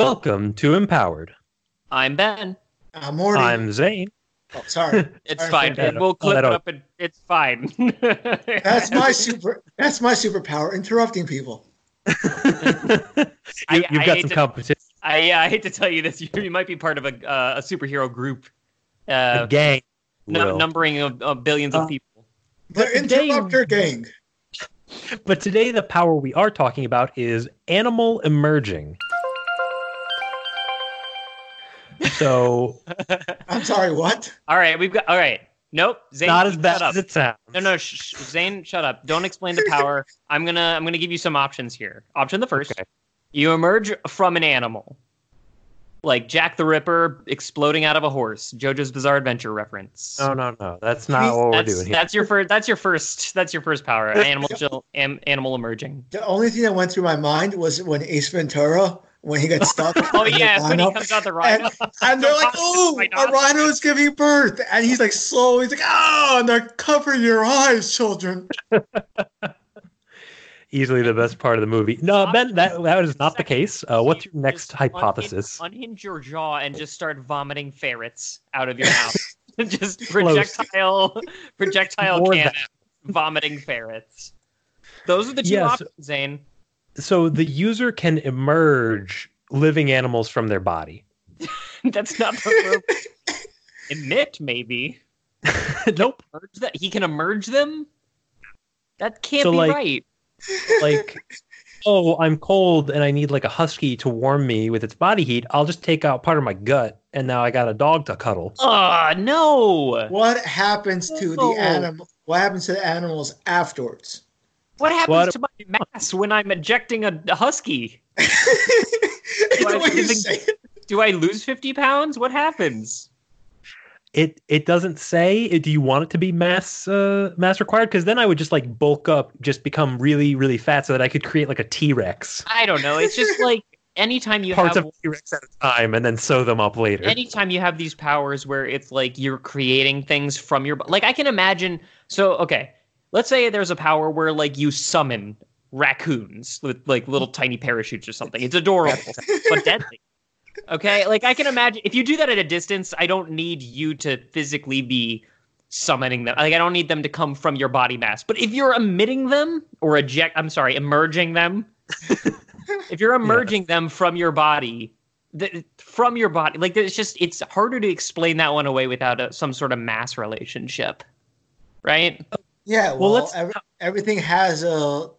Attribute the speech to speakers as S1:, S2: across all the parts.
S1: Welcome to Empowered.
S2: I'm Ben.
S3: I'm Uh, Morty.
S1: I'm Zane.
S3: oh, sorry.
S2: It's
S3: Sorry,
S2: fine.
S1: Ben.
S2: We'll clip it
S1: Hello.
S2: up and it's fine.
S3: That's my super. That's my superpower. Interrupting people.
S1: you,
S2: I-
S1: you've
S2: I
S1: got
S2: hate
S1: some
S2: to-
S1: competition.
S2: I, yeah, I hate to tell you this. You, you might be part of a, uh, a superhero group,
S1: The
S2: uh,
S1: gang.
S2: num-
S1: will.
S2: numbering of, of billions
S1: Uh,
S2: of people.
S3: The
S1: today-
S3: interrupter gang.
S1: But today, the power we are talking about is animal emerging. So,
S3: I'm sorry. What?
S2: All right, we've got. All right, nope. Zane,
S1: not as
S2: shut
S1: bad
S2: up.
S1: as it sounds.
S2: No, no, sh- sh- Zane, shut up. Don't explain the power. I'm gonna, I'm gonna give you some options here. Option the first:
S1: Okay.
S2: you emerge from an animal, like Jack the Ripper exploding out of a horse. JoJo's Bizarre Adventure reference.
S1: No, no, no. That's not
S3: Please,
S1: what we're
S2: that's,
S1: doing here.
S2: that's your first. That's your first. That's your first power. Animal, gel- am, animal emerging.
S3: The only thing that went through my mind was when Ace Ventura, when he got stuck.
S2: Oh
S3: in the
S2: yeah, when he
S3: rhino,
S2: comes out the rhino.
S3: And, and they're like, "Oh, a rhino's giving birth," and he's like, slowly, he's like, "Oh," and they're cover your eyes, children.
S1: Easily the best part of the movie. No, Ben, that, that is not the
S2: Second,
S1: case. Uh, what's your
S2: you
S1: next
S2: just unhin-
S1: hypothesis?
S2: Unhinge your jaw and just start vomiting ferrets out of your mouth. just projectile, projectile
S1: Or
S2: cannon,
S1: that.
S2: vomiting ferrets. Those are the two
S1: Yes.
S2: options, Zane.
S1: So, the user can emerge living animals from their body.
S2: That's not the verb. Emit, maybe.
S1: nope.
S2: Merge that he can emerge them. That can't
S1: So,
S2: be
S1: like-
S2: right.
S1: like oh i'm cold and i need like a husky to warm me with its body heat i'll just take out part of my gut and now i got a dog to cuddle
S2: Ah, no.
S3: What happens to
S2: No.
S3: the animal? What happens to the animals afterwards?
S2: What happens
S1: What-
S2: to my mass when I'm ejecting a, a husky?
S3: It's
S2: Why
S3: the way you
S2: is it-
S3: say it.
S2: Do I lose 50 pounds? What happens?
S1: it it doesn't say it- do you want it to be mass uh, mass required because then i would just like bulk up just become really really fat so that i could create like a t-rex
S2: I don't know. It's just like anytime you
S1: parts
S2: have
S1: of a t-rex at a time and then sew them up later
S2: anytime you have these powers where it's like you're creating things from your like I can imagine so okay, let's say there's a power where like you summon raccoons with like little tiny parachutes or something. It's adorable but deadly. Okay, like I can imagine if you do that at a distance, I don't need you to physically be summoning them. Like I don't need them to come from your body mass. But if you're emitting them or eject, I'm sorry, emerging them. if you're emerging them from your body, th- from your body, like it's just it's harder to explain that one away without a, some sort of mass relationship, right?
S1: Oh,
S3: Yeah,
S1: Well,
S3: well,
S1: let's-
S3: ev- everything has a,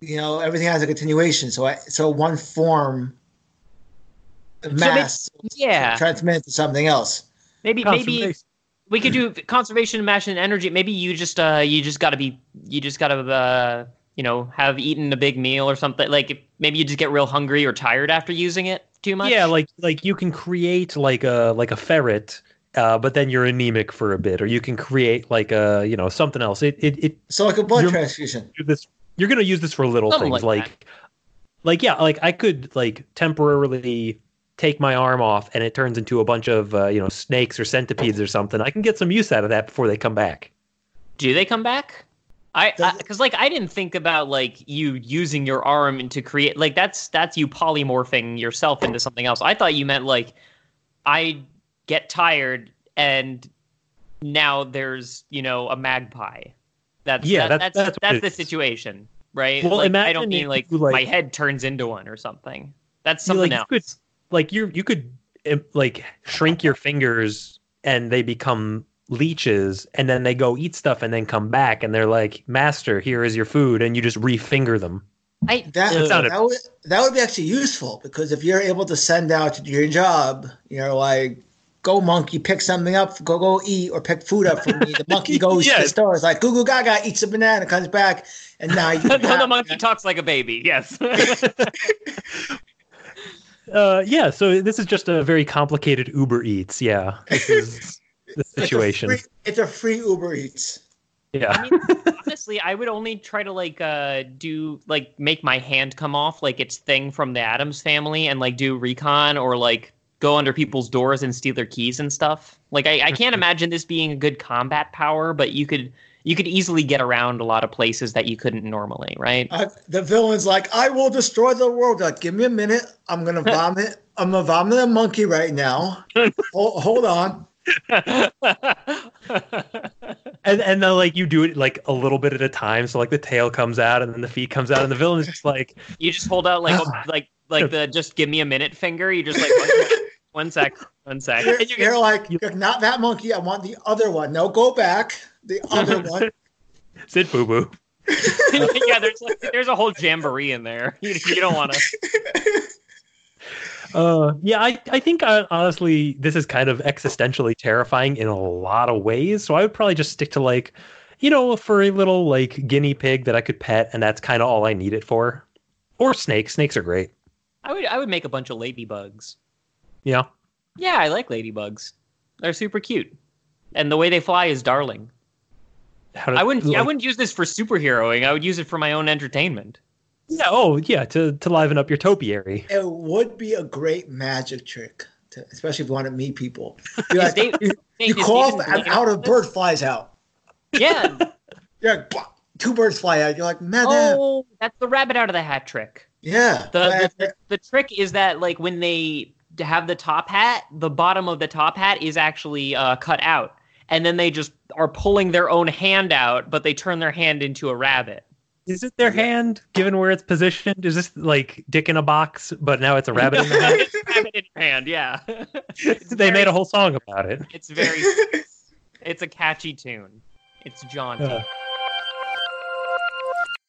S3: you know, everything has a continuation. So I, so one form of
S2: So maybe-
S3: mass
S2: Yeah,
S3: transmits to something else.
S2: maybe maybe
S1: Conservation.
S2: we could do conservation mash and energy maybe you just uh you just gotta be you just gotta uh you know have eaten a big meal or something like if- maybe you just get real hungry or tired after using it too much
S1: yeah like like you can create like a like a ferret uh, but then you're anemic for a bit or you can create like a you know something else it it, it
S3: So like a blood
S1: You're-
S3: transfusion.
S1: do this you're gonna use this for little
S2: Something
S1: things
S2: like
S1: like like, yeah like i could like temporarily take my arm off and it turns into a bunch of uh, you know snakes or centipedes or something i can get some use out of that before they come back
S2: do they come back i
S3: Does it-
S2: because like i didn't think about like you using your arm to create like that's that's you polymorphing yourself into something else i thought you meant like i get tired and now there's you know a magpie that's
S1: Yeah,
S2: that,
S1: that's-
S2: that's
S1: that's
S2: that's,
S1: what it
S2: the
S1: is.
S2: situation right
S1: Well,
S2: like, i
S1: imagine
S2: don't mean
S1: if
S2: like,
S1: you, like-
S2: my head turns into one or something that's
S1: You,
S2: something
S1: like,
S2: else
S1: you could like you you could um, like shrink your fingers and they become leeches and then they go eat stuff and then come back and they're like master here is your food and you just refinger them
S2: I,
S3: That
S1: It sounded-
S3: that would that would be actually useful because if you're able to send out to do your job, you know, like go monkey, pick something up, go go eat, or pick food up for me. The monkey goes to
S1: Yes.
S3: the store, it's like goo goo gaga, eats a banana, comes back, and now you
S2: Then the
S3: have-
S2: monkey talks like a baby yes
S1: uh yeah so this is just a very complicated uber eats yeah this is the situation
S3: It's a, free, it's a free Uber Eats.
S1: yeah
S2: I mean, honestly, I would only try to like uh do like make my hand come off like it's thing from the Adams family and like do recon or like go under people's doors and steal their keys and stuff. Like I, I can't imagine this being a good combat power, but you could you could easily get around a lot of places that you couldn't normally, right?
S3: I, the villain's like, I will destroy the world. Like, give me a minute. I'm gonna vomit. I'm gonna vomit a monkey right now. hold, hold on. Oh.
S1: and and then like you do it like a little bit at a time. So like the tail comes out and then the feet comes out and the villain is just like
S2: you just hold out like a- like like the just give me a minute finger. You just like one, sec, one sec, one sec.
S3: You're,
S2: And you
S3: you're
S2: get-
S3: like, "You're not that monkey. I want the other one. No, go back. The other one.
S1: sit boo boo.
S2: yeah, there's like, there's a whole jamboree in there. You, you don't want to.
S1: Uh, yeah, I I think uh, honestly this is kind of existentially terrifying in a lot of ways. So I would probably just stick to like, you know, a furry little like guinea pig that I could pet, and that's kind of all I need it for. Or snakes. Snakes are great.
S2: I would I would make a bunch of ladybugs.
S1: Yeah.
S2: Yeah, I like ladybugs. They're super cute, and the way they fly is darling.
S1: How do-
S2: I wouldn't I
S1: like-
S2: wouldn't use this for superheroing. I would use it for my own entertainment.
S1: Yeah. Oh, yeah. To to liven up your topiary.
S3: It would be a great magic trick, to, especially if you want to meet people. You're like,
S2: Dave-
S3: you
S2: Hey,
S3: you
S2: is
S3: cough,
S2: David
S3: an
S2: Blaine-
S3: out of bird flies out.
S2: Yeah.
S3: You're like, "Bah." two birds fly out. You're like, man.
S2: Oh, that's the rabbit out of the hat trick.
S3: Yeah.
S2: The,
S3: But-
S2: the the trick is that like when they have the top hat, the bottom of the top hat is actually uh, cut out, and then they just are pulling their own hand out, but they turn their hand into a rabbit.
S1: Is it their hand, given where it's positioned? Is this like dick in a box, but now it's a rabbit in the hand?
S2: It's a rabbit in your hand, yeah. It's
S1: They
S2: very-
S1: made a whole song about it.
S2: It's very. It's a catchy tune. It's jaunty.
S1: Yeah.